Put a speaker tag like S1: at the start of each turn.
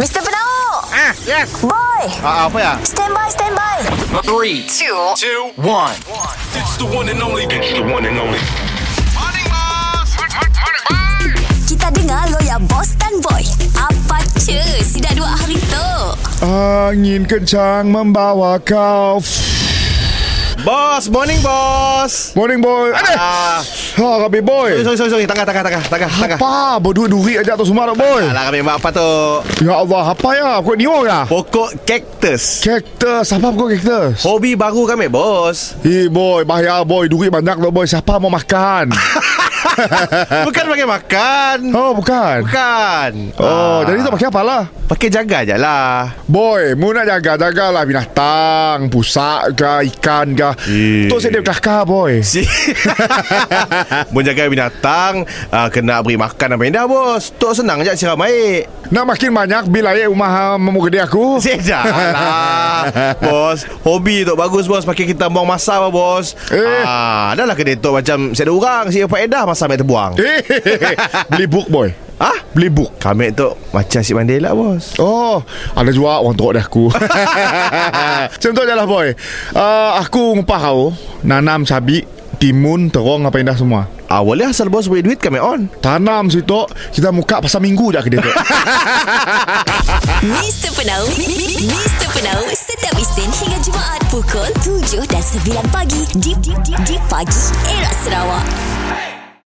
S1: Mr. Penau
S2: Ah, yes.
S1: Boy
S2: Ah, ah, apa ya?
S1: Stand by, stand by
S3: Three, two, two, one.
S4: It's the one and only. It's the one and only.
S1: Kita dengar lo ya Boss dan Boy Apa cu Si dah dua hari tu
S5: Angin kencang membawa kau
S2: Bos, morning bos.
S5: Morning boy Aduh
S2: Ah,
S5: Ha Rabi boy
S2: sorry, sorry, sorry. Tangkah, tangkah, tangkah, tangkah, tangkah.
S5: Apa Berduri ajak tu semua tu boy
S2: Alah, kami buat apa tu?
S5: Ya Allah Apa ya Kau ni orang ya?
S2: Pokok kaktus.
S5: Kaktus Siapa kau kaktus
S2: Hobi baru kan, kami, bos.
S5: Eh boy Bahaya boy Duri banyak tu boy Siapa mau makan
S2: Bukan pakai makan.
S5: Oh
S2: Ha.
S5: bukan
S2: Bukan. Ah,
S5: Oh jadi tu pakai apa lah
S2: pakai jaga je lah.
S5: Boy Mu nak jaga-jaga lah Binatang Pusak ke Ikan ke
S2: Eh.
S5: Tu sedap kakak boy
S2: Si Menjaga binatang uh, Kena beri makan apa indah bos Tok senang je siram air
S5: Nak makin banyak Bila ayat rumah Memuk gede aku
S2: Sih lah Bos Hobi tok bagus bos Pakai kita buang masa apa bos
S5: Eh.
S2: ah, Dah lah kedai tok macam Saya ada orang Saya faedah masa ambil terbuang
S5: Eh, Beli book boy
S2: Ah,
S5: Beli book
S2: Kami tu macam si Mandela bos.
S5: Oh Ada juga orang teruk dah aku Contoh je lah boy uh, Aku ngumpah kau Nanam cabi Timun Terong apa indah semua
S2: Ah, boleh asal bos boleh duit kami on.
S5: Tanam situ Kita buka pasal minggu je kedai tu
S1: Mr. Penau Mr. Penau Setiap Isnin hingga Jumaat Pukul 7 dan 9 pagi Di, di, di, di pagi Era Sarawak